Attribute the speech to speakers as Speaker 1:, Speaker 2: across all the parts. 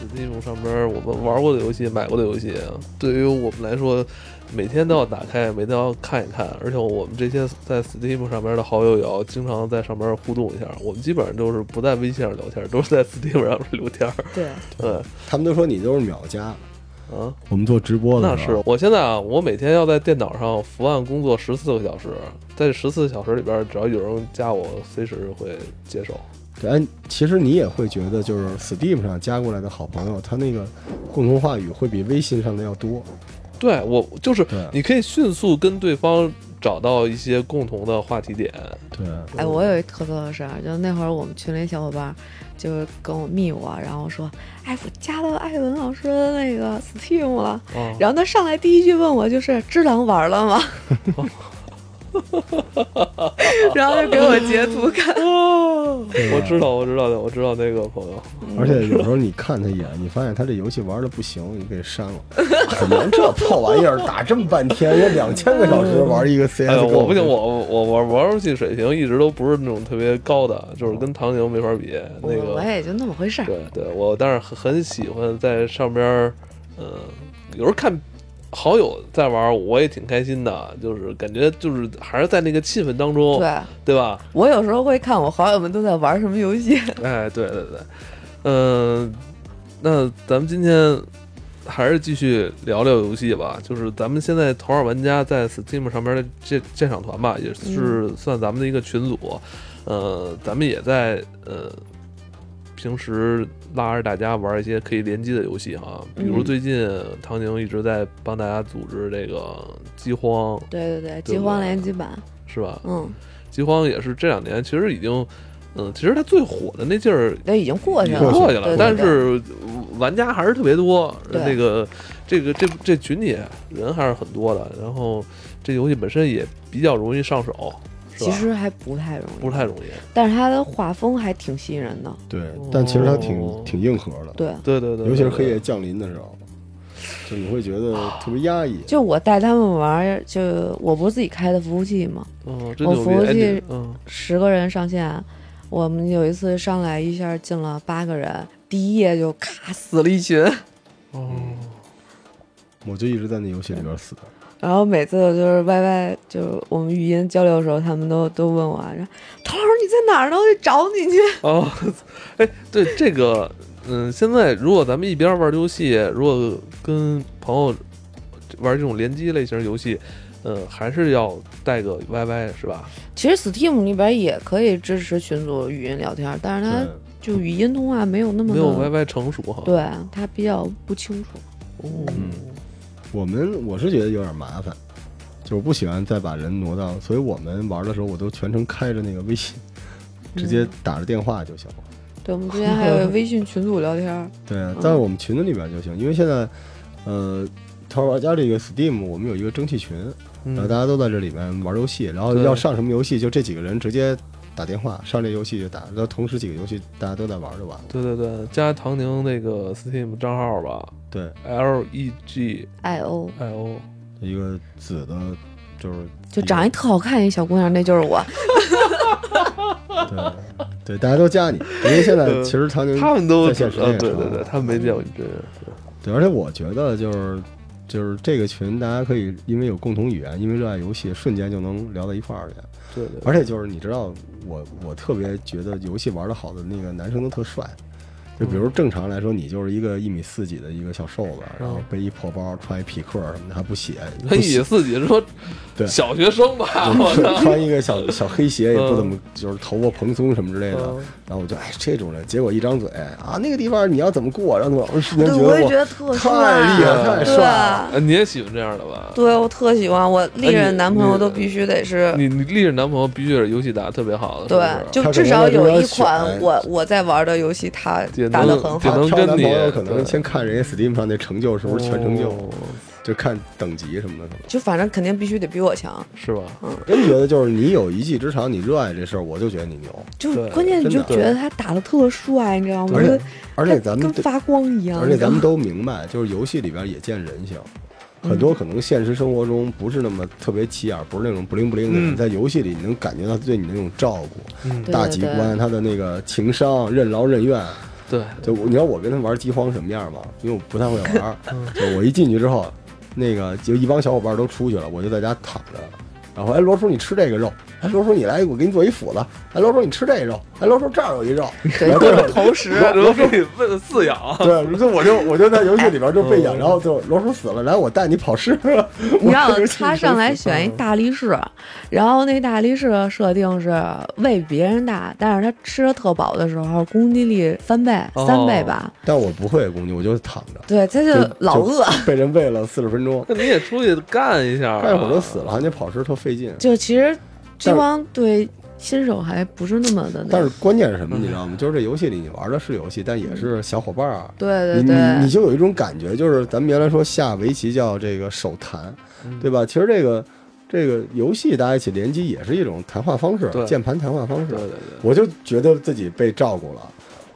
Speaker 1: 死金融上边我们玩过的游戏、买过的游戏，对于我们来说，每天都要打开，每天要看一看。而且我们这些在 Steam 上边的好友也要经常在上边互动一下。我们基本上都是不在微信上聊天，都是在 Steam 上面聊天。
Speaker 2: 对，
Speaker 1: 对，
Speaker 3: 他们都说你都是秒加。
Speaker 1: 啊，
Speaker 4: 我们做直播的
Speaker 1: 那
Speaker 4: 时
Speaker 1: 是
Speaker 4: 候，
Speaker 1: 我现在啊，我每天要在电脑上伏案工作十四个小时，在这十四小时里边，只要有人加我，随时会接受。
Speaker 3: 对，哎，其实你也会觉得，就是 Steam 上加过来的好朋友，他那个共同话语会比微信上的要多。
Speaker 1: 对我就是
Speaker 3: 对，
Speaker 1: 你可以迅速跟对方找到一些共同的话题点。
Speaker 3: 对，
Speaker 2: 哎，我有一特逗的事儿，就那会儿我们群里小伙伴儿就是跟我密我，然后说，哎，我加到艾文老师的那个 Steam 了，
Speaker 1: 啊，
Speaker 2: 然后他上来第一句问我就是《只狼》玩了吗？ 然后就给我截图看，
Speaker 1: 我知道，我知道的，我知道那个朋友。
Speaker 3: 而且有时候你看他一眼，你发现他这游戏玩的不行，你给删了。怎么这破玩意儿打这么半天，人两千个小时玩一个 CS？、
Speaker 1: 哎，我不行，我我我玩玩游戏水平一直都不是那种特别高的，就是跟唐宁没法比。那
Speaker 2: 我我
Speaker 1: 个，
Speaker 2: 也就那么回事儿。
Speaker 1: 对对，我但是很很喜欢在上边儿，嗯、有时候看好友在玩儿，我也挺开心的，就是感觉就是还是在那个气氛当中，
Speaker 2: 对
Speaker 1: 对吧？
Speaker 2: 我有时候会看我好友们都在玩什么游戏，
Speaker 1: 哎，对对对，嗯、那咱们今天还是继续聊聊游戏吧。就是咱们现在头号玩家在 Steam 上边的这鉴赏团吧，也是
Speaker 2: 嗯
Speaker 1: 算咱们的一个群组。呃，咱们也在呃平时拉着大家玩一些可以联机的游戏哈，比如
Speaker 2: 嗯
Speaker 1: 最近唐宁一直在帮大家组织这个饥荒，
Speaker 2: 对对对，
Speaker 1: 对
Speaker 2: 饥荒联机版，
Speaker 1: 是吧？
Speaker 2: 嗯，
Speaker 1: 饥荒也是这两年其实已经，嗯、其实它最火的那劲儿
Speaker 2: 那已经过去了，
Speaker 1: 过去
Speaker 2: 对
Speaker 1: 了，
Speaker 2: 对
Speaker 1: 但
Speaker 2: 对
Speaker 1: 是玩家还是特别多。
Speaker 2: 对
Speaker 1: 那个这个这这群体人还是很多的，然后这游戏本身也比较容易上手，是吧
Speaker 2: 其实还不太容易，
Speaker 1: 不是太容易。
Speaker 2: 但是它的画风还挺吸引人的，
Speaker 3: 对，但其实它挺、
Speaker 1: 哦
Speaker 3: 挺硬核的，
Speaker 2: 对。
Speaker 1: 对对对，
Speaker 3: 尤其是
Speaker 1: 对
Speaker 3: 黑夜。降临的时候，就你会觉得特别压抑。
Speaker 2: 就我带他们玩儿，就我不是自己开的服务器嘛，
Speaker 1: 嗯，这
Speaker 2: 我
Speaker 1: 牛
Speaker 2: 服务器
Speaker 1: 逼。哎嗯，
Speaker 2: 十个人上线，我们有一次上来一下进了八个人，第一页就咔死了一群，
Speaker 1: 哦，
Speaker 3: 我就一直在那游戏里边死的。
Speaker 2: 然后每次我就是歪歪，就是我们语音交流的时候，他们都都问我，然后陶老师你在哪儿呢？我得找你去。
Speaker 1: 哦，哎，对这个，嗯，现在如果咱们一边玩游戏，如果跟朋友玩这种联机类型游戏，嗯，还是要带个 YY 是吧？
Speaker 2: 其实 Steam 里边也可以支持群组语音聊天，但是它
Speaker 3: 对
Speaker 2: 就语音通话没有那么
Speaker 1: 没有
Speaker 2: 的，
Speaker 1: YY 成熟哈。，
Speaker 2: 嗯对它比较不清楚。
Speaker 1: 嗯，
Speaker 3: 我们我是觉得有点麻烦，就是不喜欢再把人挪到，所以我们玩的时候我都全程开着那个微信，直接打着电话就行了。
Speaker 2: 嗯对，我们之 前还有微信群组聊天，
Speaker 3: 对啊，但是我们群子里边就行，因为现在，呃，淘宝玩家这个 Steam 我们有一个蒸汽群，
Speaker 1: 嗯
Speaker 3: 然后大家都在这里面玩游戏，然后
Speaker 1: 对
Speaker 3: 要上什么游戏就这几个人直接打电话上这游戏就打，然后同时几个游戏大家都在玩就完了。
Speaker 1: 对对对，加唐宁那个 Steam 账号吧
Speaker 3: 对，
Speaker 1: ，L E G
Speaker 2: i o
Speaker 1: I O。
Speaker 3: 一个紫的，就是
Speaker 2: 就长一特好看一小姑娘，那就是我。
Speaker 3: 对 对，大家都加你，因为现在
Speaker 1: 对
Speaker 3: 其实唐宁
Speaker 1: 他们都
Speaker 3: 在
Speaker 1: 知
Speaker 3: 线时
Speaker 1: 道，
Speaker 3: 间也
Speaker 1: 对
Speaker 3: 长
Speaker 1: 对对，他们没见过你真人。
Speaker 3: 对，而且我觉得就是就是这个群，大家可以因为有共同语言，因为热爱游戏，瞬间就能聊到一块儿去。
Speaker 1: 对对，
Speaker 3: 而且就是你知道，我我特别觉得游戏玩的好的那个男生都特帅。就比如
Speaker 1: 嗯
Speaker 3: 正常来说，你就是一个一米四几的一个小瘦子，然后
Speaker 1: 嗯
Speaker 3: 背一破包，穿一匹克什么的，还不写，
Speaker 1: 他
Speaker 3: 不
Speaker 1: 以
Speaker 3: 写
Speaker 1: 自己说
Speaker 3: 对
Speaker 1: 小学生吧，哎我操。
Speaker 3: 穿一个小小黑鞋，也不怎么
Speaker 1: 嗯
Speaker 3: 就是头发蓬松什么之类的
Speaker 1: 嗯。
Speaker 3: 然后我就哎，这种人，结果一张嘴啊，那个地方你要怎么过，然后怎么，瞬间
Speaker 2: 对，
Speaker 3: 觉
Speaker 2: 我也觉
Speaker 3: 得
Speaker 2: 得特
Speaker 3: 我
Speaker 2: 帅，
Speaker 3: 太厉害，太
Speaker 2: 对啊
Speaker 3: 帅了。
Speaker 1: 呃你也喜欢这样的吧？
Speaker 2: 对，我特喜欢。我历
Speaker 1: 哎
Speaker 2: 任
Speaker 1: 你
Speaker 2: 男朋友
Speaker 1: 你
Speaker 2: 都必须得是，
Speaker 1: 你你历任男朋友必须是游戏打得特别好的，
Speaker 2: 对，
Speaker 1: 是
Speaker 2: 就
Speaker 3: 他
Speaker 2: 至
Speaker 3: 可能
Speaker 2: 少
Speaker 3: 在这
Speaker 2: 有
Speaker 3: 边
Speaker 2: 一款
Speaker 3: 选
Speaker 2: 我我在玩的游戏，他
Speaker 1: 也
Speaker 2: 打得
Speaker 1: 能
Speaker 2: 很
Speaker 1: 也
Speaker 2: 好。
Speaker 1: 能
Speaker 3: 挑
Speaker 1: 跟
Speaker 3: 男
Speaker 1: 你
Speaker 3: 朋友可
Speaker 1: 对
Speaker 3: 能先看人家 Steam 上那成就
Speaker 1: 不
Speaker 3: 是不是全成就，
Speaker 1: 哦
Speaker 3: 就看等级什么的可能。
Speaker 2: 就反正肯定必须得比我强，
Speaker 1: 是吧？
Speaker 3: 真觉得就是你有一技之长，你热爱这事儿，我就觉得你牛。
Speaker 2: 就
Speaker 1: 对
Speaker 2: 关键你
Speaker 3: 真
Speaker 2: 就
Speaker 3: 的
Speaker 2: 觉得他打的特帅，你知道吗？
Speaker 3: 而
Speaker 2: 就
Speaker 3: 且而且咱们
Speaker 2: 跟
Speaker 3: 对，
Speaker 2: 发光一样。
Speaker 3: 而且
Speaker 2: 你知道吗
Speaker 3: 咱们都明白，就是游戏里边也见人性，很多可能现实生活中不是那么特别起眼，不是那种不灵不灵的人，
Speaker 1: 嗯
Speaker 3: 在游戏里你能感觉到对你那种照顾、
Speaker 1: 嗯
Speaker 2: 对
Speaker 3: 大局观，他的那个情商、任劳任怨，
Speaker 1: 对，
Speaker 3: 就我你知道我跟他玩饥荒什么样吗？因为我不太会玩，
Speaker 2: 嗯
Speaker 3: 就我一进去之后，那个就一帮小伙伴都出去了，我就在家躺着。然后哎，罗叔你吃这个肉，哎，罗叔你来，我给你做一斧子，哎，罗叔你吃这肉，哎，罗叔这儿有 一肉，
Speaker 2: 对，各种投食，
Speaker 1: 我给你喂了饲养，
Speaker 3: 对，就我就我就在游戏里边就
Speaker 2: 嗯
Speaker 3: 被养，然后就罗叔死了，来我带你跑尸。
Speaker 2: 你让
Speaker 3: 我就去
Speaker 2: 他上来选一大力士，然后那大力士的设定是喂别人大，但是他吃的特饱的时候，攻击力翻倍，
Speaker 1: 哦
Speaker 2: 三倍吧。
Speaker 3: 但我不会攻击，我就躺着，
Speaker 2: 对，他就
Speaker 3: 就
Speaker 2: 老饿，，
Speaker 3: 就被人喂了四十分钟，
Speaker 1: 那你也出去干一下啊，
Speaker 3: 干一会儿就死了，还得跑尸特费劲。
Speaker 2: 就其实这帮对新手还不是那么的那，
Speaker 3: 但是关键是什么，你知道吗？
Speaker 1: 嗯
Speaker 3: 就是这游戏里你玩的是游戏，但也是小伙伴儿。啊
Speaker 2: 对
Speaker 3: 你
Speaker 2: 对
Speaker 3: 你你
Speaker 2: 对，
Speaker 3: 就有一种感觉，就是咱们原来说下围棋叫这个手谈，
Speaker 1: 嗯
Speaker 3: 对吧？其实这个这个游戏大家一起联机也是一种谈话方式，
Speaker 1: 对
Speaker 3: 键盘谈话方式
Speaker 1: 对。对对，
Speaker 3: 我就觉得自己被照顾了，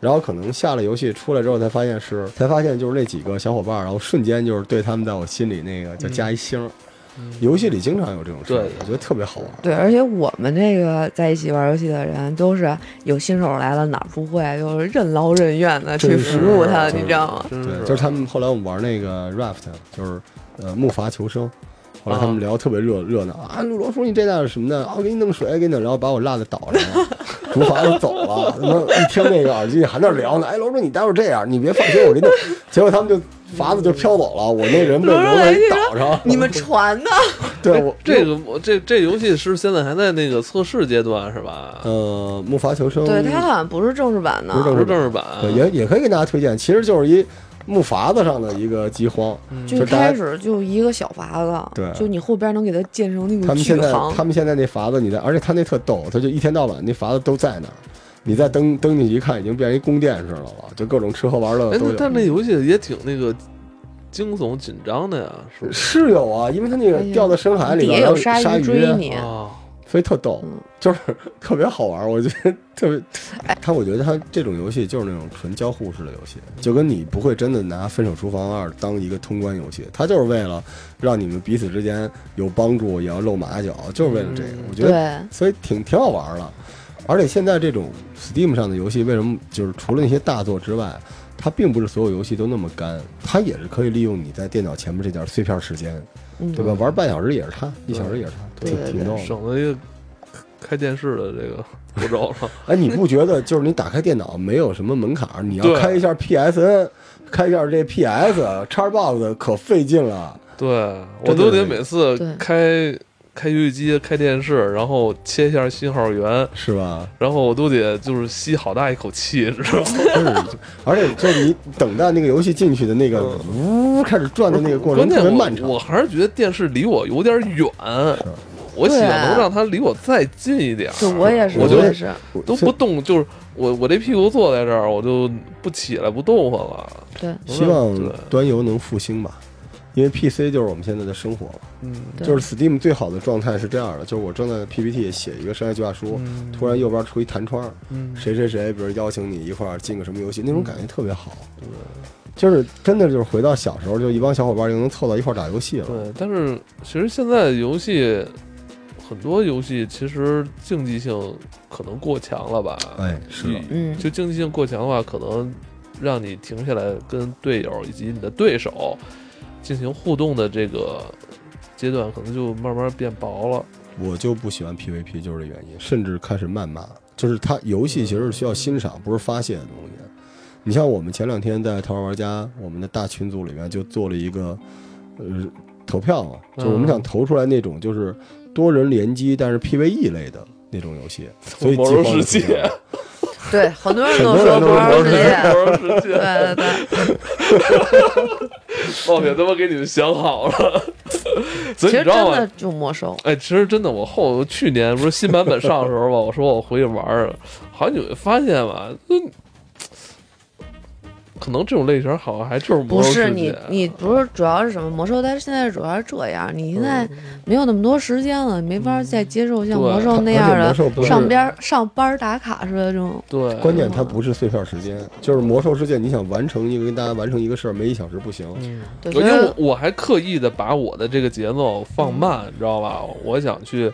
Speaker 3: 然后可能下了游戏出来之后才发现是，才发现就是那几个小伙伴儿，然后瞬间就是对他们在我心里那个叫加一星儿。游戏里经常有这种事儿
Speaker 1: 嗯对，
Speaker 3: 我觉得特别好玩。
Speaker 2: 对，而且我们这个在一起玩游戏的人，都是有新手来了哪儿不会，就是任劳任怨的去
Speaker 3: 真
Speaker 2: 服
Speaker 3: 是
Speaker 2: 务他，
Speaker 3: 真
Speaker 2: 你知道吗？
Speaker 1: 真
Speaker 3: 对，
Speaker 1: 是，
Speaker 3: 就是他们后来我们玩那个 raft，就是呃木筏求生，后来他们聊得特别热热闹啊，陆罗叔你这那是什么的啊，我给你弄水，给你弄，然后把我落在岛上了，竹筏就走了，他妈一听那个耳机还在那聊呢，哎罗叔你待会儿这样，你别放心，我给你弄，结果他们就筏子就飘走了，我那人被
Speaker 2: 罗
Speaker 3: 留
Speaker 2: 叔来
Speaker 3: 在
Speaker 2: 你说
Speaker 3: 岛上，
Speaker 2: 你们船呢？
Speaker 3: 对我
Speaker 1: 这个我这这游戏是现在还在那个测试阶段是吧？
Speaker 3: 呃木筏求生，
Speaker 2: 对他好像不是正式版的，
Speaker 3: 不是正
Speaker 1: 不
Speaker 3: 式
Speaker 1: 是正式版，
Speaker 3: 对也也可以给大家推荐，其实就是一木筏子上的一个饥荒，
Speaker 2: 就
Speaker 3: 就
Speaker 2: 一
Speaker 3: 大家
Speaker 2: 开始就一个小筏子，
Speaker 3: 对
Speaker 2: 就你后边能给它建成那种
Speaker 3: 他们
Speaker 2: 巨
Speaker 3: 现在
Speaker 2: 行，
Speaker 3: 他们现在那筏子，你在，而且他那特逗，他就一天到晚那筏子都在那儿，你再登登进去一看，已经变成一宫殿似的了，就各种吃喝玩乐
Speaker 2: 嗯
Speaker 1: 哎，
Speaker 3: 都
Speaker 1: 那但那
Speaker 3: 有。
Speaker 1: 游戏也挺那个惊悚紧张的呀，是不是？
Speaker 3: 是有啊，因为他那个
Speaker 2: 哎呀
Speaker 3: 掉到深海
Speaker 2: 底
Speaker 3: 里
Speaker 2: 下
Speaker 3: 边，
Speaker 2: 有
Speaker 3: 然后
Speaker 2: 鲨
Speaker 3: 鲨
Speaker 2: 鱼追你
Speaker 1: 啊，
Speaker 3: 所以特逗
Speaker 2: 嗯，
Speaker 3: 就是 特别好玩。我觉得特别，
Speaker 2: 哎
Speaker 3: 他我觉得他这种游戏就是那种纯交互式的游戏，就跟你不会真的拿《分手厨房二》当一个通关游戏，他就是为了让你们彼此之间有帮助，也要露马脚，就是为了这个。
Speaker 1: 嗯
Speaker 3: 我觉得
Speaker 2: 对，
Speaker 3: 所以挺挺好玩儿的。而且现在这种 Steam 上的游戏，为什么就是除了那些大作之外，它并不是所有游戏都那么干，它也是可以利用你在电脑前面这点儿碎片时间，
Speaker 2: 嗯，
Speaker 3: 对吧？玩半小时也是它，一小时也是它，
Speaker 2: 对
Speaker 3: 挺
Speaker 2: 对
Speaker 3: 挺
Speaker 2: 对
Speaker 3: 逗的。
Speaker 1: 省了一个开电视的这个步骤 了。
Speaker 3: 哎，你不觉得就是你打开电脑没有什么门槛儿，你要
Speaker 1: 对
Speaker 3: 开一下 PSN，开一下这 PS、Xbox 可费劲了。
Speaker 1: 对，我
Speaker 3: 真的
Speaker 1: 都得
Speaker 3: 是
Speaker 1: 每次
Speaker 2: 对
Speaker 1: 开开游戏机、开电视，然后切一下信号源，
Speaker 3: 是吧？
Speaker 1: 然后我都得就是吸好大一口气，知道吗？
Speaker 3: 真是而且就是你等待那个游戏进去的那个呜开始转的那个过
Speaker 1: 嗯
Speaker 3: 程
Speaker 1: 关
Speaker 3: 特
Speaker 1: 键
Speaker 3: 别
Speaker 1: 我
Speaker 3: 漫长
Speaker 1: 我。还是觉得电视离我有点远，我
Speaker 2: 对
Speaker 1: 希望能让它离我再近一点儿。
Speaker 2: 就我也是，
Speaker 1: 我
Speaker 3: 我
Speaker 1: 就
Speaker 3: 觉得
Speaker 2: 也是，
Speaker 3: 我
Speaker 1: 都不动，就是我我这屁股坐在这儿，我就不起来不动弹了。
Speaker 2: 对，
Speaker 3: 希望
Speaker 1: 对
Speaker 3: 端游能复兴吧，因为 PC 就是我们现在的生活了。
Speaker 1: 嗯，
Speaker 2: 对
Speaker 3: 就是 Steam 最好的状态是这样的，就是我正在 PPT 写一个商业计划书，
Speaker 1: 嗯
Speaker 3: 突然右边出一弹窗，
Speaker 1: 嗯
Speaker 3: 谁谁谁，比如邀请你一块儿进个什么游戏，那种感觉特别好。
Speaker 1: 嗯
Speaker 3: 就是真的就是回到小时候，就一帮小伙伴就能凑到一块儿打游戏了。
Speaker 1: 对，但是其实现在游戏很多游戏其实竞技性可能过强了吧？
Speaker 3: 哎，是的，
Speaker 2: 嗯，
Speaker 1: 就竞技性过强的话，可能让你停下来跟队友以及你的对手进行互动的这个阶段，可能就慢慢变薄了。
Speaker 3: 我就不喜欢 PVP，就是这原因，甚至开始谩骂。就是它游
Speaker 1: 嗯
Speaker 3: 戏其实是需要欣赏，不是发泄的东西。你像我们前两天在《桃花玩家》我们的大群组里面就做了一个呃投票嘛，
Speaker 1: 嗯
Speaker 3: 就是我们想投出来那种就是多人联机但是 PVE 类的那种游戏，所以
Speaker 1: 魔兽
Speaker 3: 饥荒
Speaker 1: 世界
Speaker 3: 就出现了
Speaker 2: 对，很多人
Speaker 3: 很
Speaker 2: 都
Speaker 3: 多
Speaker 2: 说
Speaker 3: 人都
Speaker 2: 魔兽
Speaker 3: 说
Speaker 2: 世
Speaker 3: 是
Speaker 2: 界，
Speaker 1: 魔兽世
Speaker 2: 对
Speaker 1: 界，
Speaker 2: 对 对，
Speaker 1: 冒险他妈给你们想好了，所
Speaker 2: 其
Speaker 1: 以你
Speaker 2: 实
Speaker 1: 知
Speaker 2: 真
Speaker 1: 道
Speaker 2: 的
Speaker 1: 吗？
Speaker 2: 就魔兽，
Speaker 1: 哎，其实真的，我后去年不是新版本上的时候吧，我说我回去玩儿，好像你会发现吧，嗯，可能这种类型好像还就是魔
Speaker 2: 不
Speaker 1: 兽
Speaker 2: 是
Speaker 1: 世界。
Speaker 2: 你
Speaker 3: 啊
Speaker 2: 你不是主要是什么魔兽，但是现在主要是这样，你现在
Speaker 3: 嗯
Speaker 2: 没有那么多时间了，你没法再接受像
Speaker 1: 对
Speaker 2: 魔哦兽那
Speaker 3: 而且
Speaker 2: 样
Speaker 3: 魔
Speaker 2: 的
Speaker 3: 兽不是
Speaker 2: 上边上班打卡似的这种，
Speaker 1: 对，
Speaker 3: 关键它不是碎片时间，就是魔兽世界你想完成一个跟大家完成一个事儿，没一小时不行。
Speaker 1: 嗯
Speaker 2: 对，
Speaker 1: 因
Speaker 2: 所以嗯
Speaker 1: 为我我还刻意的把我的这个节奏放慢，你知道吧？我想去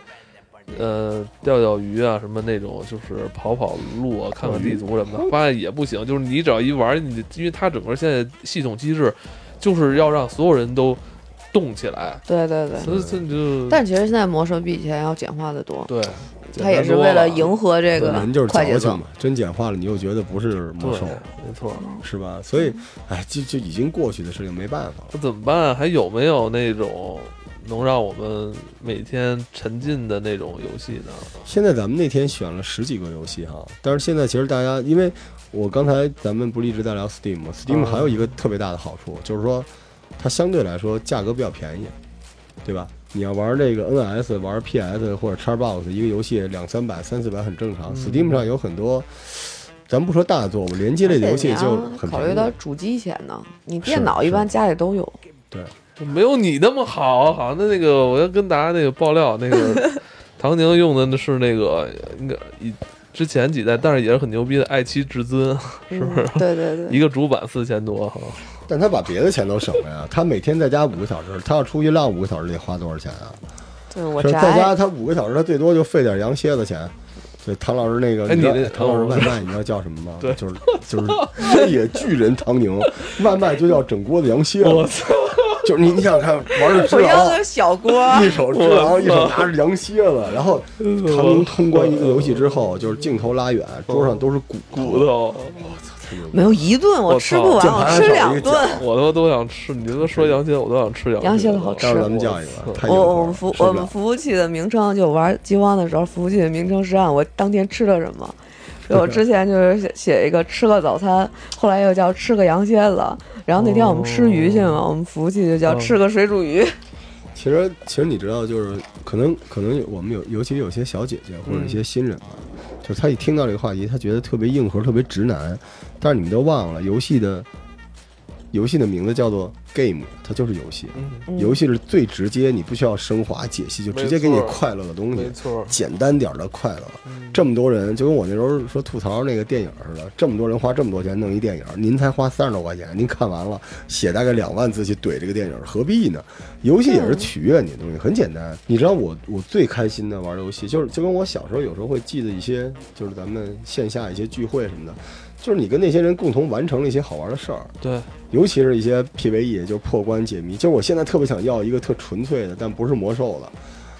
Speaker 1: 呃，钓钓鱼啊，什么那种，就是跑跑路啊，看看地图什么的，发现也不行。就是你只要一玩，你因为它整个现在系统机制，就是要让所有人都动起来，
Speaker 2: 对对对。
Speaker 1: 所以这就
Speaker 2: 但其实现在魔兽比以前要简化的多，
Speaker 1: 对，
Speaker 2: 它也是为了迎合这个
Speaker 3: 人就是
Speaker 2: 快节
Speaker 3: 矫
Speaker 2: 奏
Speaker 3: 情。嘛，真简化了你又觉得不是魔
Speaker 1: 对
Speaker 3: 兽，，
Speaker 1: 没错。
Speaker 3: 是吧？所
Speaker 2: 嗯
Speaker 3: 以，哎，就就已经过去的事情没办法了。
Speaker 1: 那怎么办啊？还有没有那种能让我们每天沉浸的那种游戏呢？
Speaker 3: 现在咱们那天选了十几个游戏哈，但是现在其实大家，因为我刚才咱们不是一直在聊 Steam 吗
Speaker 1: 嗯
Speaker 3: ？Steam 还有一个特别大的好处，就是说它相对来说价格比较便宜，对吧？你要玩这个 NS、玩 PS 或者 Xbox 一个游戏两三百、三四百很正常。
Speaker 1: 嗯
Speaker 3: Steam 上有很多，咱不说大作吧，联机类的游戏
Speaker 2: 而且
Speaker 3: 就
Speaker 2: 你要
Speaker 3: 很
Speaker 2: 考
Speaker 3: 便
Speaker 2: 虑
Speaker 3: 宜
Speaker 2: 到主机钱呢，你
Speaker 3: 是
Speaker 2: 电脑一般
Speaker 3: 是
Speaker 2: 家里都有，嗯
Speaker 3: 对。
Speaker 1: 我没有你那么好。好，那那个我要跟大家那个爆料，那 个唐宁用的那是那个应该以之前几代，但是也是很牛逼的 i 七至尊，是不是
Speaker 2: 嗯？对对对，
Speaker 1: 一个主板四千多，哈，
Speaker 3: 但他把别的钱都省了呀，他每天在家五个小时，他要出去浪五个小时得花多少钱啊？
Speaker 2: 对我
Speaker 3: 是在家
Speaker 2: 宅，
Speaker 3: 他五个小时，他最多就费点羊蝎子钱。对，唐老师那个，
Speaker 1: 哎
Speaker 3: 知道
Speaker 1: 你那
Speaker 3: 唐老师
Speaker 1: 哦
Speaker 3: 外卖，你知道叫什么吗？
Speaker 1: 对
Speaker 3: 就是就是 山野巨人唐宁，外卖就叫整锅的羊蝎子。
Speaker 1: 我
Speaker 3: 就是你你想看玩的只
Speaker 2: 我要
Speaker 3: 狼，
Speaker 2: 个小锅，
Speaker 3: 一手只狼，一手拿着羊蝎子，然后唐宁通关一个游戏之后，就是镜头拉远，桌上都是骨
Speaker 1: 骨，头，
Speaker 3: 太牛逼了
Speaker 2: 没有一顿我
Speaker 1: 我
Speaker 2: 吃
Speaker 1: 操
Speaker 2: 不完，
Speaker 3: 键
Speaker 2: 我
Speaker 3: 盘
Speaker 2: 吃
Speaker 3: 少
Speaker 2: 两
Speaker 3: 一个
Speaker 2: 顿。
Speaker 1: 我他妈都想吃。你他妈说羊蝎，我都想吃羊
Speaker 2: 羊蝎
Speaker 1: 蝎
Speaker 2: 子好吃
Speaker 3: 待会儿咱们叫一个，太
Speaker 2: 我
Speaker 3: 硬核了
Speaker 2: 我们服
Speaker 3: 受
Speaker 2: 我
Speaker 3: 不
Speaker 2: 们
Speaker 3: 了。
Speaker 2: 服务器的名称，就玩饥荒的时候，服务器的名称是按我当天吃了什 么。所以我之前就是写写一个吃个早餐，后来又叫吃个羊蝎子，然后那天我们吃鱼去嘛，我们服务器就叫
Speaker 1: 哦
Speaker 2: 吃个水煮鱼。
Speaker 3: 其实，其实你知道，就是可能可能有我们有，尤其有些小姐姐或者一些新人吧，就是她一听到这个话题，她觉得特别硬核，特别直男。但是你们都忘了，游戏的游戏的名字叫做 game，它就是游戏。
Speaker 1: 嗯，
Speaker 2: 嗯
Speaker 3: 游戏是最直接，你不需要升华解析，就直接给你
Speaker 1: 没错
Speaker 3: 快乐的东西
Speaker 1: 没，错。
Speaker 3: 简单点儿的快乐。
Speaker 1: 嗯
Speaker 3: 这么多人，就跟我那时候说吐槽那个电影似的，这么多人花这么多钱弄一电影，您才花三十多块钱，您看完了写大概两万字去怼这个电影，何必呢？游戏也是取悦你的东西，很简单。你知道我我最开心的玩游戏，就是就跟我小时候有时候会记得一些，就是咱们线下一些聚会什么的，就是你跟那些人共同完成了一些好玩的事儿，
Speaker 1: 对，
Speaker 3: 尤其是一些 PVE，就是破关解谜。就是我现在特别想要一个特纯粹的，但不是魔兽的，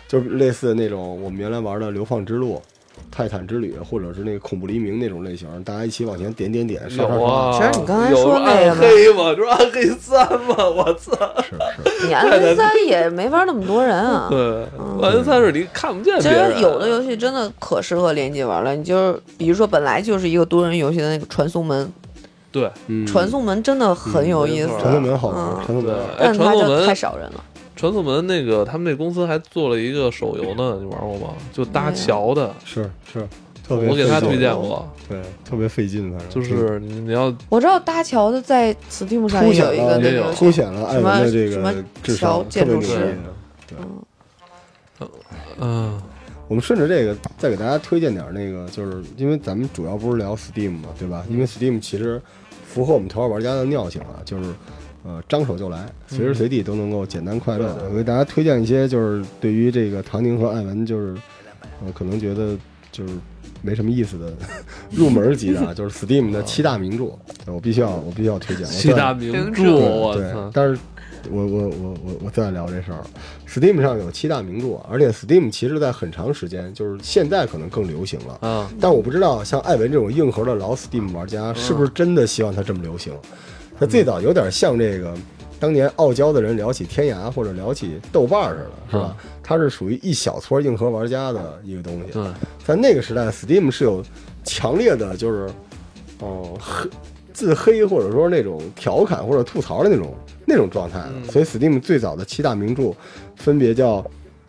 Speaker 3: 就是类似那种我们原来玩的《流放之路》。泰坦之旅，或者是那个恐怖黎明那种类型，大家一起往前点点点，
Speaker 1: 有
Speaker 3: 刷刷
Speaker 1: 啊。
Speaker 3: 刷，
Speaker 2: 其实你刚才
Speaker 1: 有
Speaker 2: 说那个
Speaker 1: 暗黑嘛，就是暗黑三嘛，我操！
Speaker 3: 是是，
Speaker 2: 你安全三也没法那么多人 啊。
Speaker 1: 对，暗黑三是你看不见
Speaker 2: 其
Speaker 1: 别
Speaker 2: 实
Speaker 1: 人，
Speaker 2: 有的游戏真的可适合联机玩了，你就是比如说本来就是一个多人游戏的那个传送门，
Speaker 1: 对
Speaker 3: 嗯，
Speaker 2: 传送门真的很有意思，
Speaker 1: 没错
Speaker 3: 传送门好玩，
Speaker 2: 嗯
Speaker 3: 传送
Speaker 1: 对
Speaker 3: 门好玩。，
Speaker 1: 哎
Speaker 2: 但
Speaker 1: 传
Speaker 2: 它
Speaker 1: 送
Speaker 2: 就
Speaker 1: 门
Speaker 2: 太少人了。
Speaker 1: 传送门那个，他们那公司还做了一个手游呢，你玩过吗？就搭桥的，
Speaker 3: 是是，特别
Speaker 1: 我给
Speaker 3: 费
Speaker 2: 嗯
Speaker 1: 他
Speaker 3: 劲
Speaker 1: 推荐过，
Speaker 3: 对，特别费劲，反正
Speaker 1: 就是你你要
Speaker 2: 我知道搭桥的在 Steam 上
Speaker 3: 凸
Speaker 2: 也
Speaker 3: 显
Speaker 2: 有一个
Speaker 3: 了
Speaker 2: 那个
Speaker 1: 也有
Speaker 2: 游戏
Speaker 3: 凸显了艾文的这
Speaker 2: 什
Speaker 3: 个
Speaker 2: 么
Speaker 3: 智
Speaker 2: 桥
Speaker 3: 商，特
Speaker 2: 建
Speaker 3: 别
Speaker 2: 筑
Speaker 3: 牛逼
Speaker 1: 师。
Speaker 3: 对，
Speaker 2: 嗯
Speaker 1: 嗯
Speaker 3: 我们顺着这个再给大家推荐点儿那个，就是因为咱们主要不是聊 Steam 嘛，对吧？因为 Steam 其实符合我们头号玩家的尿性啊，就是呃张手就来，
Speaker 1: 嗯
Speaker 3: 随时随地都能够简单快乐。我给大家推荐一些，就是对于这个唐宁和艾文，就是呃可能觉得就是没什么意思的 入门级的啊，就是 Steam 的七大名著，呃我必须要我必须要推荐。我
Speaker 1: 七
Speaker 3: 算
Speaker 1: 大名著，
Speaker 2: 对
Speaker 1: 哦我
Speaker 3: 对，
Speaker 1: 操，
Speaker 3: 但是我我我我我再聊这事儿了。Steam 上有七大名著，而且 Steam 其实在很长时间，就是现在可能更流行了。
Speaker 1: 啊，
Speaker 3: 但我不知道像艾文这种硬核的老 Steam 玩家，是
Speaker 1: 嗯
Speaker 3: 不是真的希望它这么流行？它最早有点像这个当年傲娇的人聊起天涯或者聊起豆瓣儿似的，是吧？它是属于一小撮硬核玩家的一个东西。
Speaker 1: 嗯对，
Speaker 3: 在那个时代，Steam 是有强烈的，就是哦黑自黑或者说那种调侃或者吐槽的那种那种状态的。所以 Steam 最早的七大名著分别叫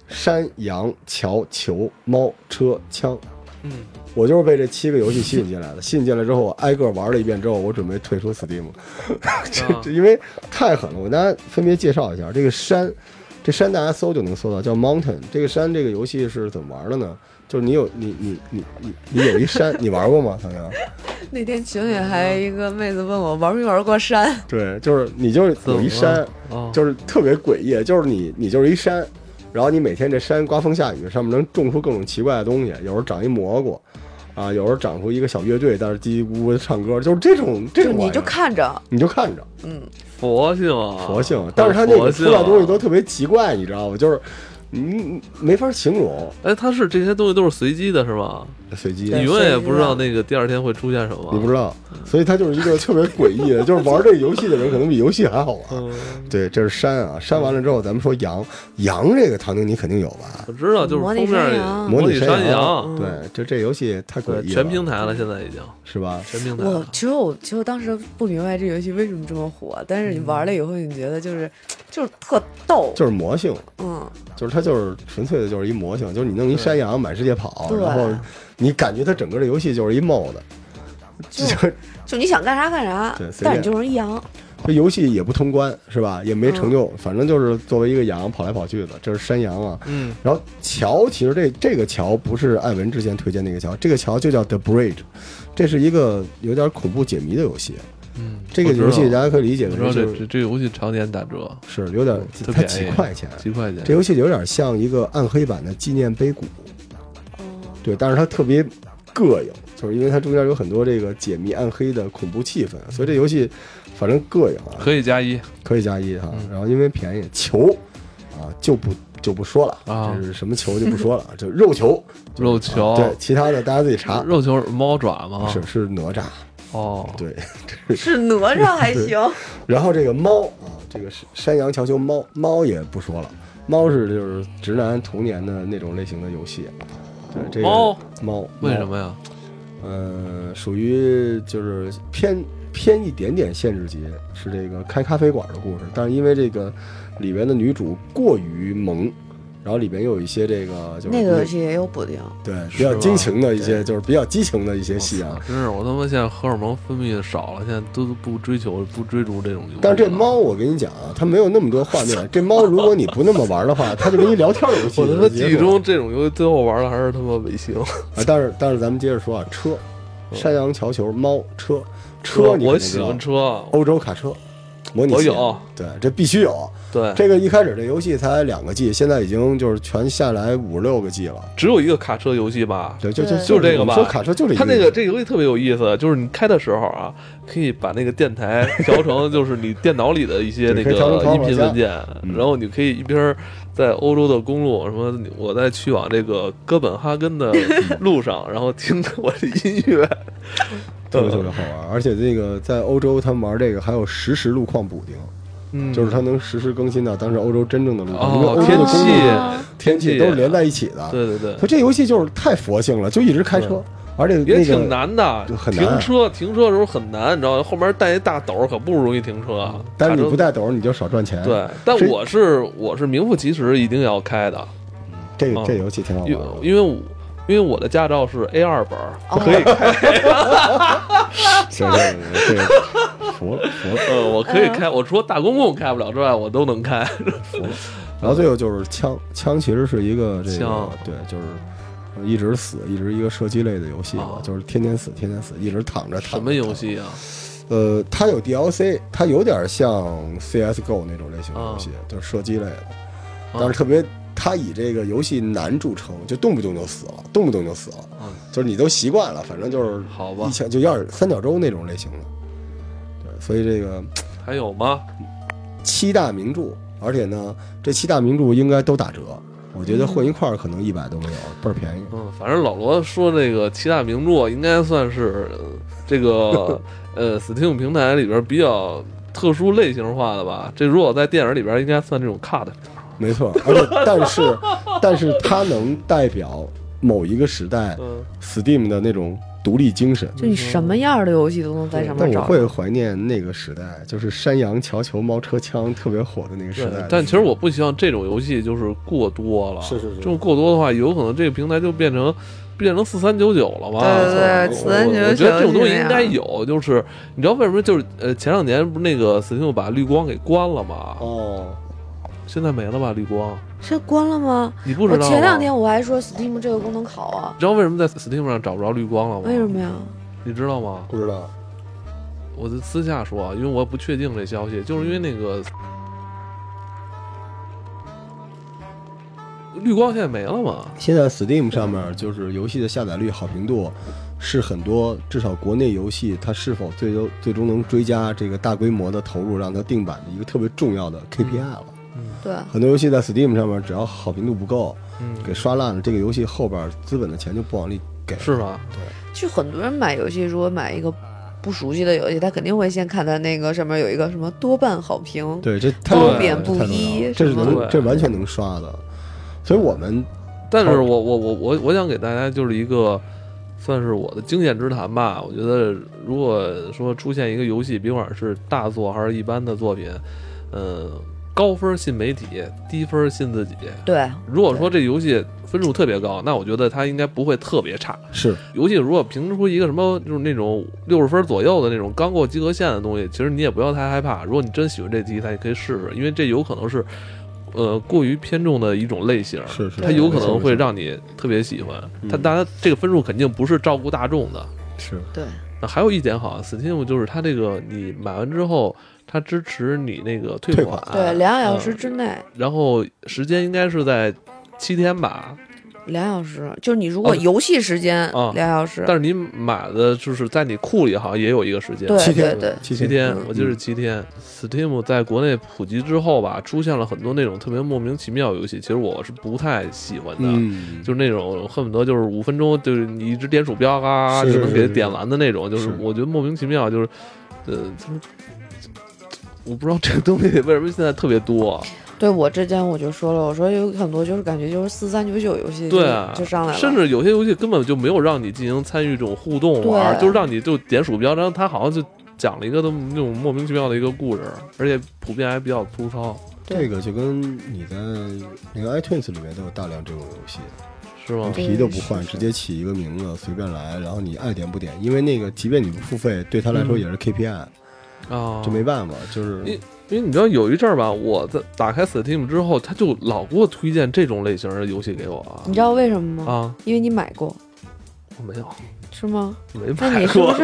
Speaker 3: 山、羊、桥、球、猫、车、枪。
Speaker 1: 嗯，
Speaker 3: 我就是被这七个游戏吸引进来的。吸引进来之后，我挨个玩了一遍之后，我准备退出 Steam，这
Speaker 1: 啊
Speaker 3: 这 因为太狠了。我给大家分别介绍一下这个山，这山大家搜就能搜到，叫 Mountain。这个山这个游戏是怎么玩的呢？就是你有你你你你你有一山，你玩过吗？唐阳？
Speaker 2: 那天群里还一个妹子问我玩没玩过山，
Speaker 3: 对，就是你就是有一山
Speaker 1: 怎么了，哦
Speaker 3: 就是特别诡异，就是你你就是一山，然后你每天这山刮风下雨，上面能种出各种奇怪的东西，有时候长一蘑菇，啊，有时候长出一个小乐队，但是叽叽咕咕地唱歌，就是这种这
Speaker 2: 就
Speaker 3: 种玩
Speaker 2: 你
Speaker 3: 意儿
Speaker 2: 就看着，
Speaker 3: 你就看着
Speaker 2: 嗯，
Speaker 1: 佛性啊，
Speaker 3: 佛性，但是它那
Speaker 1: 佛
Speaker 3: 个
Speaker 1: 性啊
Speaker 3: 出到东西都特别奇怪，你知道吗？就是你没法形容，
Speaker 1: 哎，它是这些东西都是随机的，是吗？
Speaker 3: 随机
Speaker 1: 你
Speaker 2: 对
Speaker 1: 永远也不知道
Speaker 2: 随
Speaker 1: 那个第二天会出现什么。
Speaker 3: 你不知道，
Speaker 1: 嗯
Speaker 3: 所以它就是一个特别诡异 的，就是玩这个游戏的人可能比游戏还好玩。
Speaker 1: 嗯，
Speaker 3: 对，这是山啊，山完了之后，咱们说羊，羊这个唐宁你肯定有吧？
Speaker 1: 我知道，就是
Speaker 2: 模
Speaker 1: 封
Speaker 2: 拟山
Speaker 1: 面里
Speaker 2: 羊
Speaker 3: 模
Speaker 1: 嗯
Speaker 3: 拟
Speaker 1: 拟
Speaker 3: 山
Speaker 1: 山羊，
Speaker 3: 对，就这游戏太诡
Speaker 1: 对，
Speaker 3: 异了，
Speaker 1: 全平台了，现在已经
Speaker 3: 是吧？
Speaker 1: 全平台
Speaker 2: 我
Speaker 1: 了。
Speaker 2: 其实我其实我当时不明白这游戏为什么这么火，但是你玩了以后，你觉得就是就是特逗，
Speaker 3: 就是魔性，
Speaker 2: 嗯，
Speaker 3: 就是它就是纯粹的就是一魔性，就是你弄一
Speaker 1: 对
Speaker 3: 山羊满世界跑，
Speaker 2: 对
Speaker 3: 然后你感觉它整个这游戏就是一 mod，
Speaker 2: 就
Speaker 3: 就
Speaker 2: 就你想干啥干啥
Speaker 3: 对随，
Speaker 2: 但
Speaker 3: 便
Speaker 2: 你就是一扬，
Speaker 3: 这游戏也不通关是吧？也没成就，反正就是作为一个羊跑来跑去的，这是山羊啊。
Speaker 1: 嗯，
Speaker 3: 然后桥，其实这这个桥不是艾文之前推荐那个桥，这个桥就叫 The Bridge，这是一个有点恐怖解谜的游戏。
Speaker 1: 嗯，
Speaker 3: 这个
Speaker 1: 我知道
Speaker 3: 游戏大家可以理解
Speaker 1: 我
Speaker 3: 为
Speaker 1: 知道这
Speaker 3: 就
Speaker 1: 这
Speaker 3: 是
Speaker 1: 这游戏常年打折，
Speaker 3: 是有点
Speaker 1: 特
Speaker 3: 才
Speaker 1: 便宜
Speaker 3: 几块钱，
Speaker 1: 几块钱。
Speaker 3: 这游戏有点像一个暗黑版的纪念碑谷，
Speaker 2: 哦
Speaker 3: 对，但是它特别膈应，就是因为它中间有很多这个解谜暗黑的恐怖气氛，所以这游戏反正膈应啊，
Speaker 1: 可以加一
Speaker 3: 可以加一哈
Speaker 1: 嗯。
Speaker 3: 然后因为便宜，球啊就不就不说了
Speaker 1: 啊
Speaker 3: 这是什么球就不说了， 就肉球，
Speaker 1: 肉 球，
Speaker 3: 啊对，其他的大家自己查。
Speaker 1: 肉球是猫爪吗？
Speaker 3: 是是哪吒，
Speaker 1: 哦，
Speaker 3: 对。
Speaker 2: 是哪吒还行，
Speaker 3: 然后这个猫啊，这个是山羊乔球猫，猫也不说了，猫是就是直男童年的那种类型的游戏。啊对，这个
Speaker 1: 猫
Speaker 3: 猫
Speaker 1: 为什？么呀？
Speaker 3: 猫呃，属于就是偏偏一点点限制级，是这个开咖啡馆的故事，但是因为这个里边的女主过于萌。然后里边又有一些这个就是
Speaker 2: 那个游戏也有补丁，
Speaker 3: 对比较
Speaker 1: 是吧
Speaker 3: 激情的一些，就是比较激情的一些戏
Speaker 1: 我
Speaker 3: 啊
Speaker 1: 操。真是我他妈现在荷尔蒙分泌的少了，现在都不追求不追逐这种游戏了。
Speaker 3: 但是这猫，我跟你讲啊，它没有那么多 画面。这猫如果你不那么玩的话，它就跟一聊天游戏。
Speaker 1: 我他妈记忆
Speaker 3: 结果
Speaker 1: 中这种游戏最后玩的还是他妈尾行。
Speaker 3: 啊，但是但是咱们接着说啊，车，山羊、桥球、猫、车，车
Speaker 1: 嗯
Speaker 3: 你
Speaker 1: 我
Speaker 3: 肯定知
Speaker 1: 喜
Speaker 3: 道哦
Speaker 1: 欢，车，
Speaker 3: 欧洲卡车，模拟
Speaker 1: 我
Speaker 3: 器
Speaker 1: 有，
Speaker 3: 对，这必须有。
Speaker 1: 对，
Speaker 3: 这个一开始这游戏才两个 G，现在已经就是全下来五十六个 G 了。
Speaker 1: 只有一个卡车游戏吧。
Speaker 3: 对，就就
Speaker 2: 对
Speaker 1: 就是这个吧
Speaker 3: 我们说卡车就是一
Speaker 1: 它那个这个游戏特别有意思，就是你开的时候啊，可以把那个电台调成就是你电脑里的一些那
Speaker 3: 对可以调成
Speaker 1: 个
Speaker 3: 淘宝
Speaker 1: 音频文件，
Speaker 3: 嗯
Speaker 1: 然后你可以一边儿在欧洲的公路什么，我在去往这个哥本哈根的路上，然后听着我的音乐，
Speaker 3: 特别特别好玩，而且这个在欧洲他们玩这个还有实时路况补丁。
Speaker 1: 嗯，
Speaker 3: 就是它能实时更新到当时欧洲真正的路况，因为
Speaker 1: 哦
Speaker 3: 欧，洲
Speaker 1: 天
Speaker 3: 的公路
Speaker 1: 气
Speaker 2: 啊，
Speaker 3: 天气都是连
Speaker 1: 在，
Speaker 3: 在一起的。
Speaker 1: 对对对
Speaker 3: 所以，这游戏就是太佛性了，就一直开车，而且
Speaker 1: 也
Speaker 3: 那
Speaker 1: 挺
Speaker 3: 个
Speaker 1: 难的
Speaker 3: 就，很难
Speaker 1: 停车停车的时候很难，你知道吗？后面带一大斗可不容易停车，
Speaker 3: 但是
Speaker 1: 卡
Speaker 3: 你
Speaker 1: 车
Speaker 3: 不带斗你就少赚钱。
Speaker 1: 对，但
Speaker 3: 所以
Speaker 1: 我是我是名副其实一定要开的，
Speaker 3: 这个
Speaker 1: 嗯
Speaker 3: 这游戏挺好玩
Speaker 1: 因
Speaker 3: 的。
Speaker 1: 因为我因为我的驾照是 A 二本儿，
Speaker 2: 哦
Speaker 1: 可以开，
Speaker 3: 行行行，这个服了服了
Speaker 1: 呃，我可以开，我除了大公共开不了之外，我都能开。
Speaker 3: 服了。然后最后就是枪，枪其实是一个这个
Speaker 1: 枪
Speaker 3: 对，就是一直死，一直一个射击类的游戏嘛
Speaker 1: 啊，
Speaker 3: 就是天天死，天天死，一直躺着。躺着
Speaker 1: 什么游？戏啊？
Speaker 3: 躺着呃，它有 DLC，它有点像 CS:GO 那种类型的游戏，
Speaker 1: 哦
Speaker 3: 就是射击类的，但是特别。它以这个游戏难著称，就动不动就死了，动不动就死了，
Speaker 1: 嗯
Speaker 3: 就是你都习惯了，反正就是
Speaker 1: 好吧
Speaker 3: 一枪就要是三角洲那种类型的，对，所以这个
Speaker 1: 还有吗？
Speaker 3: 七大名著，而且呢，这七大名著应该都打折，我觉得混一块儿可能一百都没有，倍儿便宜。
Speaker 1: 嗯，反正老罗说这个七大名著应该算是呃这个呃 Steam 平台里边比较特殊类型化的吧。这如果在电影里边，应该算这种 cut 片儿。
Speaker 3: 没错，而且但是，但是它能代表某一个时代
Speaker 1: 嗯，
Speaker 3: Steam 的那种独立精神。
Speaker 2: 就你什么样的游戏都能在上
Speaker 3: 但
Speaker 2: 面
Speaker 3: 我
Speaker 2: 找。
Speaker 3: 会怀念那个时代，就是山羊、桥球、猫车枪特别火的那个时
Speaker 1: 对
Speaker 3: 代。。
Speaker 1: 但其实我不希望这种游戏就是过多了。
Speaker 3: 是是是
Speaker 1: 这种过多的话，有可能这个平台就变成变成四三九九了嘛。
Speaker 2: 对对对
Speaker 1: 我我
Speaker 2: 4399
Speaker 1: 我觉得这种东西
Speaker 2: 那样
Speaker 1: 应该有，就是你知道为什么？就是呃，前两年不是那个 Steam 把绿光给关了嘛？
Speaker 3: 哦，
Speaker 1: 现在没了吧？绿光，
Speaker 2: 这关了吗？
Speaker 1: 你不知道吗？
Speaker 2: 我前
Speaker 3: 啊
Speaker 2: 两天我还说 Steam 这个功能好啊
Speaker 1: 你，知道为什么在 Steam 上找不着绿光了吗？
Speaker 2: 为什？么呀？
Speaker 1: 你知道吗？
Speaker 3: 不知道，
Speaker 1: 我就私下说，啊，因为我不确定这消息，就是因为那个绿光现在没了嘛？
Speaker 3: 现在 Steam 上面就是游戏的下载率、好评度，是很多至少国内游戏它是否最终最终能追加这个大规模的投入，让它定版的一个特别重要的
Speaker 1: 嗯
Speaker 3: KPI 了。
Speaker 2: 对，啊
Speaker 3: 很多游戏在 Steam 上面，只要好评度不够，
Speaker 1: 嗯，
Speaker 3: 给刷烂了，这个游戏后边资本的钱就不往里给了。
Speaker 1: 是吗？
Speaker 2: 就很多人买游戏，如果买一个不熟悉的游戏，他肯定会先看他那个上面有一个什么多半好评，
Speaker 3: 对，这太
Speaker 1: 褒
Speaker 3: 重要
Speaker 2: 贬
Speaker 3: 了
Speaker 2: 不
Speaker 3: 太重要
Speaker 2: 一
Speaker 3: 了这是
Speaker 2: 什么
Speaker 3: 能，
Speaker 1: 的
Speaker 3: 这完全能刷的。所以我们
Speaker 1: 但是我我我我我想给大家就是一个算是我的经验之谈吧。我觉得如果说出现一个游戏，别管是大作还是一般的作品，嗯，高分信媒体，低分信自己。
Speaker 2: 对，
Speaker 1: 如果说这游戏分数特别高，那我觉得它应该不会特别差。
Speaker 3: 是
Speaker 1: 游戏如果评出一个什么就是那种六十分左右的那种刚过及格线的东西，其实你也不要太害怕。如果你真喜欢这题材，你可以试试，因为这有可能是，呃，过于偏重的一种类型。
Speaker 3: 是是，
Speaker 1: 它有可
Speaker 3: 没错
Speaker 1: 能
Speaker 3: 没
Speaker 1: 会
Speaker 3: 错
Speaker 1: 让你特别喜欢
Speaker 3: 嗯，
Speaker 1: 它当然这个分数肯定不是照顾大众的。
Speaker 3: 是
Speaker 2: 对，
Speaker 1: 那还有一点好，Steam 就是它这个你买完之后，它支持你那个退
Speaker 3: 退
Speaker 1: 款，
Speaker 2: 对，两小时
Speaker 1: 嗯
Speaker 2: 之内，
Speaker 1: 然后时间应该是在七天吧，
Speaker 2: 两小时，就是你如果
Speaker 1: 哦
Speaker 2: 游戏时间
Speaker 1: 啊
Speaker 2: 两小时，
Speaker 1: 但是你买的就是在你库里好像也有一个时间，
Speaker 2: 对
Speaker 3: 七天
Speaker 2: 对对
Speaker 3: 七
Speaker 1: 七天
Speaker 2: 嗯，
Speaker 1: 我记得是七天。Steam 在国内普及之后吧，出现了很多那种特别莫名其妙的游戏，其实我是不太喜欢的。
Speaker 3: 嗯，
Speaker 1: 就是那种恨不得就是五分钟，就是你一直点鼠标啊，
Speaker 3: 是
Speaker 1: 就是能
Speaker 3: 是
Speaker 1: 给
Speaker 3: 是
Speaker 1: 点完的那种，就是
Speaker 3: 是
Speaker 1: 我觉得莫名其妙，就是，呃，就是我不知道这个东西为什么现在特别多，啊
Speaker 2: 对我之前我就说了，我说有很多就是感觉就是四三九九游戏就
Speaker 1: 对啊
Speaker 2: 就上来了，
Speaker 1: 甚至有些游戏根本就没有让你进行参与这种互动玩，
Speaker 2: 对
Speaker 1: 就是让你就点鼠标，然后它好像就讲了一个那么那种莫名其妙的一个故事，而且普遍还比较粗糙，
Speaker 3: 这个就跟你在那个 iTunes 里面都有大量这种游戏，
Speaker 1: 是吗？
Speaker 3: 皮都不换，
Speaker 2: 是是
Speaker 3: 直接起一个名字随便来，然后你爱点不点，因为那个即便你不付费，对他来
Speaker 2: 嗯
Speaker 3: 说也是 KPI，
Speaker 1: 啊，
Speaker 3: 这没办法，就是
Speaker 1: 因因为你知道有一阵儿吧，我在打开 Steam 之后，他就老给我推荐这种类型的游戏给我啊
Speaker 2: 你知道为什么
Speaker 1: 啊，
Speaker 2: 吗？因为你买过
Speaker 1: 我没有。
Speaker 2: 是吗？
Speaker 1: 没
Speaker 2: 那
Speaker 1: 买
Speaker 2: 你是不
Speaker 1: 过，
Speaker 2: 是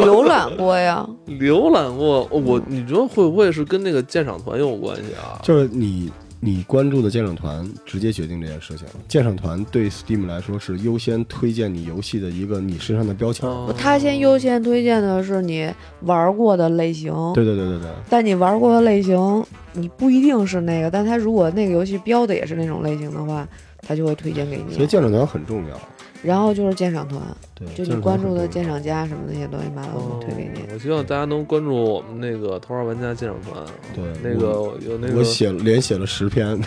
Speaker 2: 浏览过呀？
Speaker 1: 浏览过。哦我你觉得会不会是跟那个鉴赏团有关系啊？
Speaker 3: 就是你你关注的鉴赏团直接决定这件事情。鉴赏团对 Steam 来说是优先推荐你游戏的一个你身上的标签。
Speaker 1: 哦
Speaker 2: 他先优先推荐的是你玩过的类型，
Speaker 3: 对对对对对，
Speaker 2: 但你玩过的类型你不一定是那个，但他如果那个游戏标的也是那种类型的话，他就会推荐给
Speaker 3: 所以
Speaker 2: 你。啊
Speaker 3: 鉴赏团很重要。
Speaker 2: 然后就是鉴赏团，
Speaker 3: 对，
Speaker 2: 就
Speaker 3: 鉴
Speaker 2: 你
Speaker 3: 赏团
Speaker 2: 关注的
Speaker 3: 很重
Speaker 2: 鉴
Speaker 3: 要
Speaker 2: 赏家什么那些东西，麻烦我
Speaker 1: 哦
Speaker 2: 们推给你。
Speaker 1: 我希望大家能关注我们那个《头号玩家鉴赏团》。啊
Speaker 3: 对
Speaker 1: 那个有那
Speaker 3: 我
Speaker 1: 个
Speaker 3: 写了连写了 十篇，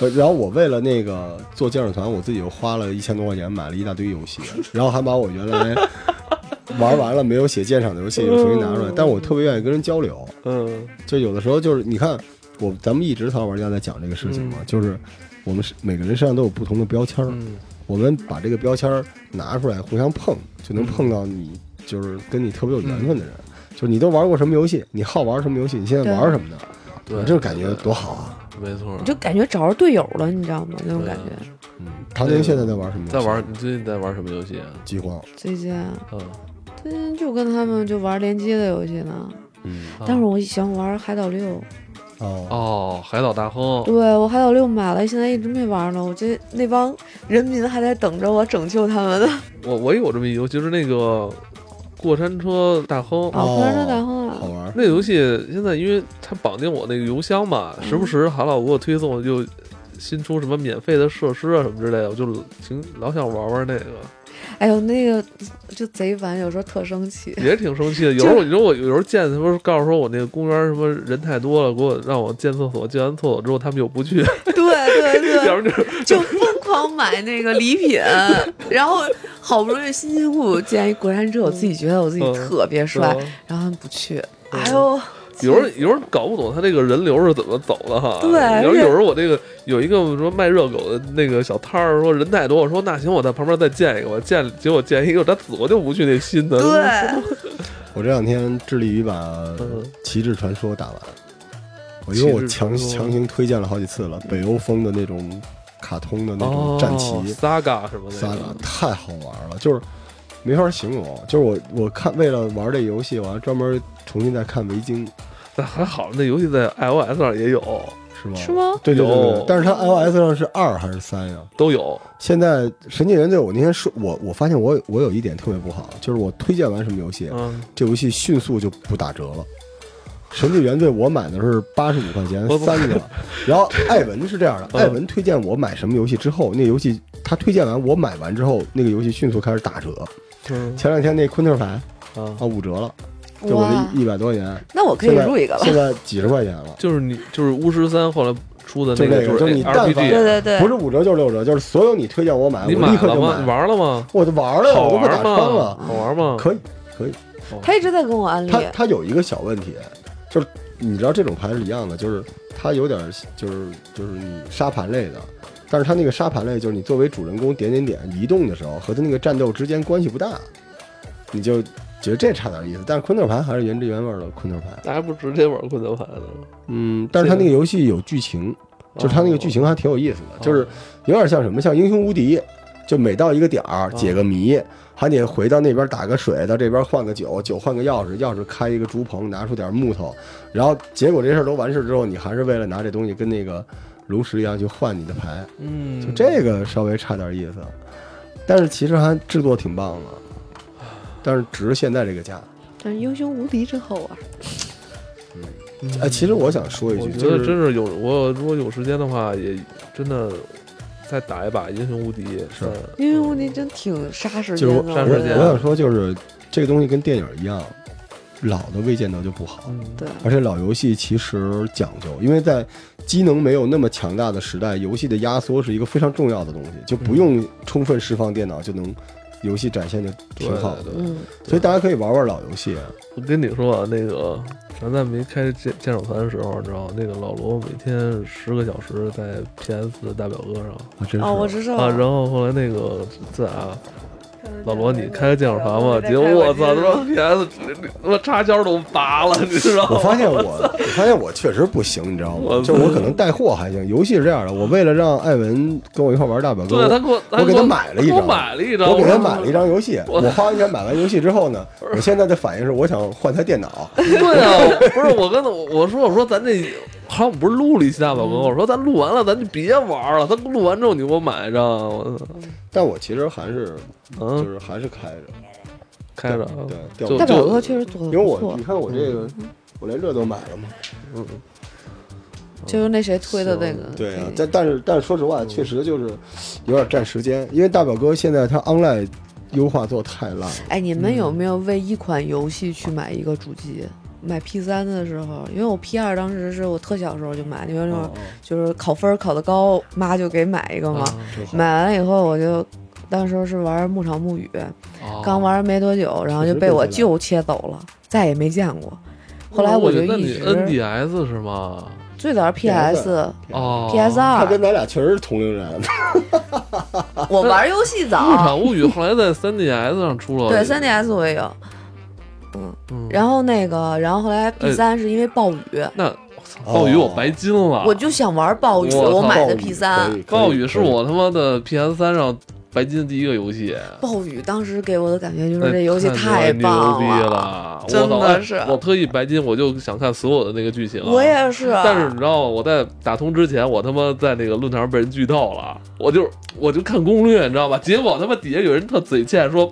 Speaker 3: 呃然后我为了那个做鉴赏团，我自己又花了一千多块钱买了一大堆游戏，然后还把我原 来玩完了没有写鉴赏的游戏又重新拿出来。但我特别愿意跟人交流，
Speaker 1: 嗯
Speaker 3: 就有的时候就是你看我咱们一直淘宝玩家在讲这个事情嘛，就是我们是每个人身上都有不同的标签儿，
Speaker 1: 嗯
Speaker 3: 我们把这个标签儿拿出来互相碰，就
Speaker 1: 嗯
Speaker 3: 能碰到你就是跟你特别有缘分的人。就是你都玩过什么游戏？你好玩什么游戏？你现在玩什么呢？
Speaker 1: 对
Speaker 3: 你嗯这感觉多好啊！
Speaker 1: 没错
Speaker 2: 你。就感觉找着队友了，你知道吗？那种
Speaker 1: 对
Speaker 2: 感觉。
Speaker 3: 嗯，唐宁现在在玩什么游戏？
Speaker 1: 在玩你最近在玩什么游戏啊？
Speaker 3: 饥荒。
Speaker 2: 最近啊
Speaker 1: 嗯，
Speaker 2: 最近就跟他们就玩联机的游戏呢，
Speaker 3: 嗯
Speaker 1: 啊
Speaker 2: 但是我想玩海岛六，
Speaker 3: 哦，
Speaker 1: 哦，海岛大亨
Speaker 2: 对我海岛六买了，现在一直没玩呢。我这那帮人民还在等着我拯救他们呢。
Speaker 1: 我我也有这么一游戏，就是那个过山车大亨。
Speaker 2: 啊，不然这然后
Speaker 3: 好
Speaker 2: 啊，
Speaker 3: 玩。
Speaker 1: 那游戏现在因为它绑定我那个邮箱嘛，
Speaker 2: 嗯
Speaker 1: 时不时韩老给我推送就新出什么免费的设施啊什么之类的，我就挺老想玩玩那个，
Speaker 2: 哎呦那个就贼烦，有时候特生气。
Speaker 1: 也挺生气的。有时 候你说我有时候见他们告诉说我那个公园什么人太多了，给我让我建厕所，建完厕所之后他们又不 去，
Speaker 2: 对对对，
Speaker 1: 要不然就是
Speaker 2: 就疯狂买那个礼 品，然后好不容易辛辛苦苦建一过山车，我自己觉得我自己
Speaker 1: 嗯
Speaker 2: 特别帅，然后他们不去，哎呦，
Speaker 1: 有时候有时候搞不懂他这个人流是怎么走的哈。
Speaker 2: 对
Speaker 1: 有时
Speaker 2: 而且
Speaker 1: 候有时候我这个有一个说卖热狗的那个小摊儿，说人太多，我说那行，我在旁边再建一个，我建结果建一个，他死活就不去那新的。
Speaker 2: 对，
Speaker 3: 我这两天致力于把
Speaker 1: 嗯
Speaker 3: 《旗帜传说》打完，我因为我
Speaker 1: 旗帜
Speaker 3: 强
Speaker 1: 传说
Speaker 3: 强行推荐了好几次了，北欧风的那种卡通的那
Speaker 1: 哦
Speaker 3: 种战旗。
Speaker 1: Saga 什么的，
Speaker 3: 萨嘎太好玩了，就是没法形容。就是我我看为了玩这游戏，我还专门重新再看维京，
Speaker 1: 那还好，那游戏在 iOS 上也有，
Speaker 3: 是是吗？
Speaker 2: 是吗？
Speaker 3: 对对对对
Speaker 1: 有
Speaker 3: 对，但是它 iOS 上是二还是三呀？
Speaker 1: 都有，
Speaker 3: 现在神经元对我那天说，我我发现我有我有一点特别不好，就是我推荐完什么游戏，
Speaker 1: 嗯，
Speaker 3: 这游戏迅速就不打折了。神纪元对我买的是八十五块钱
Speaker 1: 我不
Speaker 3: 三个，然后艾文是这样的，
Speaker 1: 嗯
Speaker 3: 艾文推荐我买什么游戏之后，那游戏他推荐完我买完之后，那个游戏迅速开始打折。
Speaker 1: 嗯
Speaker 3: 前两天那昆特牌
Speaker 1: 啊
Speaker 3: 啊，五折了，
Speaker 1: 嗯
Speaker 3: 就我
Speaker 2: 哇
Speaker 3: 那，一百多块 钱，
Speaker 2: 那我可以入一个吧
Speaker 3: 现？在几十块钱了，
Speaker 1: 就是你就是巫师三后来出的
Speaker 3: 就
Speaker 1: 那
Speaker 3: 那
Speaker 1: 个哎
Speaker 3: 个，就是你但
Speaker 1: RPG，
Speaker 2: 对
Speaker 3: 凡
Speaker 2: 对对，
Speaker 3: 不是五折就是六折，就是所有你推荐我买，我
Speaker 1: 你
Speaker 3: 立刻
Speaker 1: 了
Speaker 3: 就
Speaker 1: 吗？你
Speaker 3: 买，
Speaker 1: 玩了吗？
Speaker 3: 我就玩了呀，
Speaker 1: 好
Speaker 3: 我都
Speaker 1: 玩
Speaker 3: 打穿
Speaker 1: 吗？嗯
Speaker 3: 了，
Speaker 1: 好玩吗？
Speaker 3: 可以可以。
Speaker 2: 他一直在跟我安利。
Speaker 3: 它它有一个小问题，就是你知道这种牌是一样的，就是它有点就是就是你沙盘类的，但是它那个沙盘类就是你作为主人公点点点移动的时候和它那个战斗之间关系不大，你就觉得这差点意思。但是昆特牌还是原汁原味儿的昆特牌，
Speaker 1: 那还不直接玩困难牌呢？
Speaker 3: 嗯，但是它那个游戏有剧情，就是它那个剧情还挺有意思的，
Speaker 1: 哦
Speaker 3: 就是有点像什么，像英雄无敌。就每到一个点儿解个谜，还得回到那边打个水，到这边换个酒，酒换个钥匙，钥匙开一个竹棚，拿出点木头，然后结果这事儿都完事之后，你还是为了拿这东西跟那个炉石一样去换你的牌，
Speaker 1: 嗯，
Speaker 3: 就这个哎稍微差点意思，但是其实还制作挺棒的，但是值现在这个价。
Speaker 2: 但是英雄无敌啊真好玩，
Speaker 1: 嗯
Speaker 3: 哎，其实我想说一
Speaker 1: 我
Speaker 3: 句，
Speaker 1: 觉
Speaker 3: 就
Speaker 1: 得真
Speaker 3: 是
Speaker 1: 是有，我如果有时间的话，也真的再打一把英雄无敌。
Speaker 3: 是
Speaker 1: 嗯
Speaker 2: 英雄无敌真挺杀时
Speaker 3: 就
Speaker 2: 间的。我
Speaker 3: 是我我
Speaker 1: 杀时间
Speaker 2: 觉
Speaker 3: 我
Speaker 2: 得
Speaker 3: 想说就是这个东西跟电影一样，老的未见得就不好。
Speaker 1: 嗯，
Speaker 2: 对，
Speaker 3: 而且老游戏其实讲究，因为在机能没有那么强大的时代，游戏的压缩是一个非常重要的东
Speaker 1: 嗯
Speaker 3: 西，就不用充分释放电脑就能游戏展现的挺好的。
Speaker 1: 对对对
Speaker 2: 嗯，
Speaker 3: 所以大家可以玩玩老游戏，啊
Speaker 1: 我跟你说啊，那个咱在没开鉴鉴赏团的时候，你知道那个老罗每天十个小时在 PS 的大表哥上
Speaker 3: 啊，真是。
Speaker 2: 哦，我知道
Speaker 1: 啊，然
Speaker 2: 了。
Speaker 1: 后后来那个在啊，老罗你开个鉴赏团吧，结果我操，他妈 PS 他妈插销都拔了，你知道吗？
Speaker 3: 我发现我，我发现我确实不行，你知道吗
Speaker 1: 我？
Speaker 3: 就我可能带货还行，游戏是这样的，我为了让艾文跟我一块玩大表哥，
Speaker 1: 对他给我，
Speaker 3: 我给
Speaker 1: 他
Speaker 3: 他买了一
Speaker 1: 给我
Speaker 3: 张，
Speaker 1: 买了一张，
Speaker 3: 我给
Speaker 1: 说
Speaker 3: 他买了一张游戏。
Speaker 1: 我
Speaker 3: 我花完钱买完游戏之后呢，我现在的反应是我想换台电脑，
Speaker 1: 对啊，不是我跟他我说我说咱这好像我们不是录了一期大表哥，我说咱录完了咱就别玩了，他录完之后你给我买一张，我操
Speaker 3: 但我其实还是就
Speaker 1: 嗯，
Speaker 3: 是还是开着。
Speaker 1: 开着啊，
Speaker 3: 对，
Speaker 1: 就
Speaker 3: 掉
Speaker 2: 大表
Speaker 1: 就
Speaker 2: 哥确实做
Speaker 3: 因
Speaker 2: 的嗯
Speaker 3: 为
Speaker 2: 不
Speaker 3: 我
Speaker 2: 错嗯
Speaker 3: 你，看我这个，我连这都买了嘛。
Speaker 2: 就是那谁推的那个。
Speaker 3: 对啊
Speaker 2: 那，个
Speaker 3: 但但是但是说实话，确实就是有点占时间，因为大表哥现在他 online 优化做太烂了。
Speaker 2: 哎，你们
Speaker 1: 嗯
Speaker 2: 有没有为一款游戏去买一个主机？买 P 3的时候，因为我 P 2当时是我特小时候就买，因为
Speaker 1: 哦
Speaker 2: 那会儿就是考分儿考得高，妈就给买一个嘛。
Speaker 1: 嗯
Speaker 2: 买完了以后，我就当时是玩《牧场物语》，
Speaker 1: 啊
Speaker 2: 刚玩没多久，然后就被我舅切走了，再也没见过。后来
Speaker 1: 我
Speaker 2: 就
Speaker 1: 哦那
Speaker 2: 一
Speaker 1: 你
Speaker 2: 直
Speaker 1: NDS 是吗？
Speaker 2: 最早是 PS、
Speaker 1: 哦
Speaker 2: PS
Speaker 3: 他
Speaker 2: 二
Speaker 3: 跟，咱俩确实是同龄人，
Speaker 2: 我玩游戏
Speaker 1: 《牧
Speaker 2: 早，
Speaker 1: 场物语》后来在 3DS 上出了，
Speaker 2: 对 3DS 我也有。
Speaker 1: 嗯，
Speaker 2: 然后那个，然后后
Speaker 1: 哎
Speaker 2: 来 P 3是因为暴雨，
Speaker 1: 那我操，暴雨我白金了，
Speaker 2: 我就想玩暴雨，
Speaker 1: 啊我操
Speaker 2: 我买的
Speaker 3: 暴雨
Speaker 2: P 3
Speaker 3: 可以
Speaker 1: 暴雨是
Speaker 3: 可以
Speaker 1: 我他妈的 PS 三上白金的第一个游戏。
Speaker 2: 暴雨当时给我的感觉就是
Speaker 1: 那
Speaker 2: 这游戏
Speaker 1: 太
Speaker 2: 棒
Speaker 1: 牛逼
Speaker 2: 了，
Speaker 1: 了，我
Speaker 2: 真的
Speaker 1: 操哎
Speaker 2: 是
Speaker 1: 我特意白金，我就想看所有的那个剧情。
Speaker 2: 我。也是。
Speaker 1: 但是你知道吗？我在打通之前，我他妈在那个论坛上被人剧透了，我就我就看攻略，你知道吧？结果他妈底下有人特嘴欠说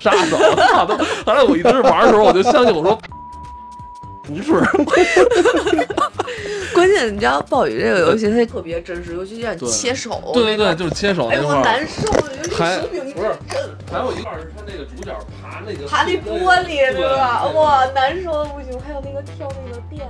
Speaker 1: 杀手，操他妈！后来我一直玩的时候，我就相信我说不是，
Speaker 2: 关键你知道暴雨这个游戏它特别真实，尤其让你切手，
Speaker 1: 对对对，就是切手
Speaker 2: 哎
Speaker 1: 那
Speaker 2: 呦
Speaker 1: 块
Speaker 2: 我难
Speaker 1: 儿。
Speaker 2: 受，尤其
Speaker 1: 还
Speaker 2: 手柄一
Speaker 1: 不是
Speaker 2: 震。
Speaker 1: 还有一段是他那个主角爬那个
Speaker 2: 爬那玻
Speaker 1: 对
Speaker 2: 璃，对吧？
Speaker 1: 对
Speaker 2: 哇，难受的不行。还有那个跳那个电，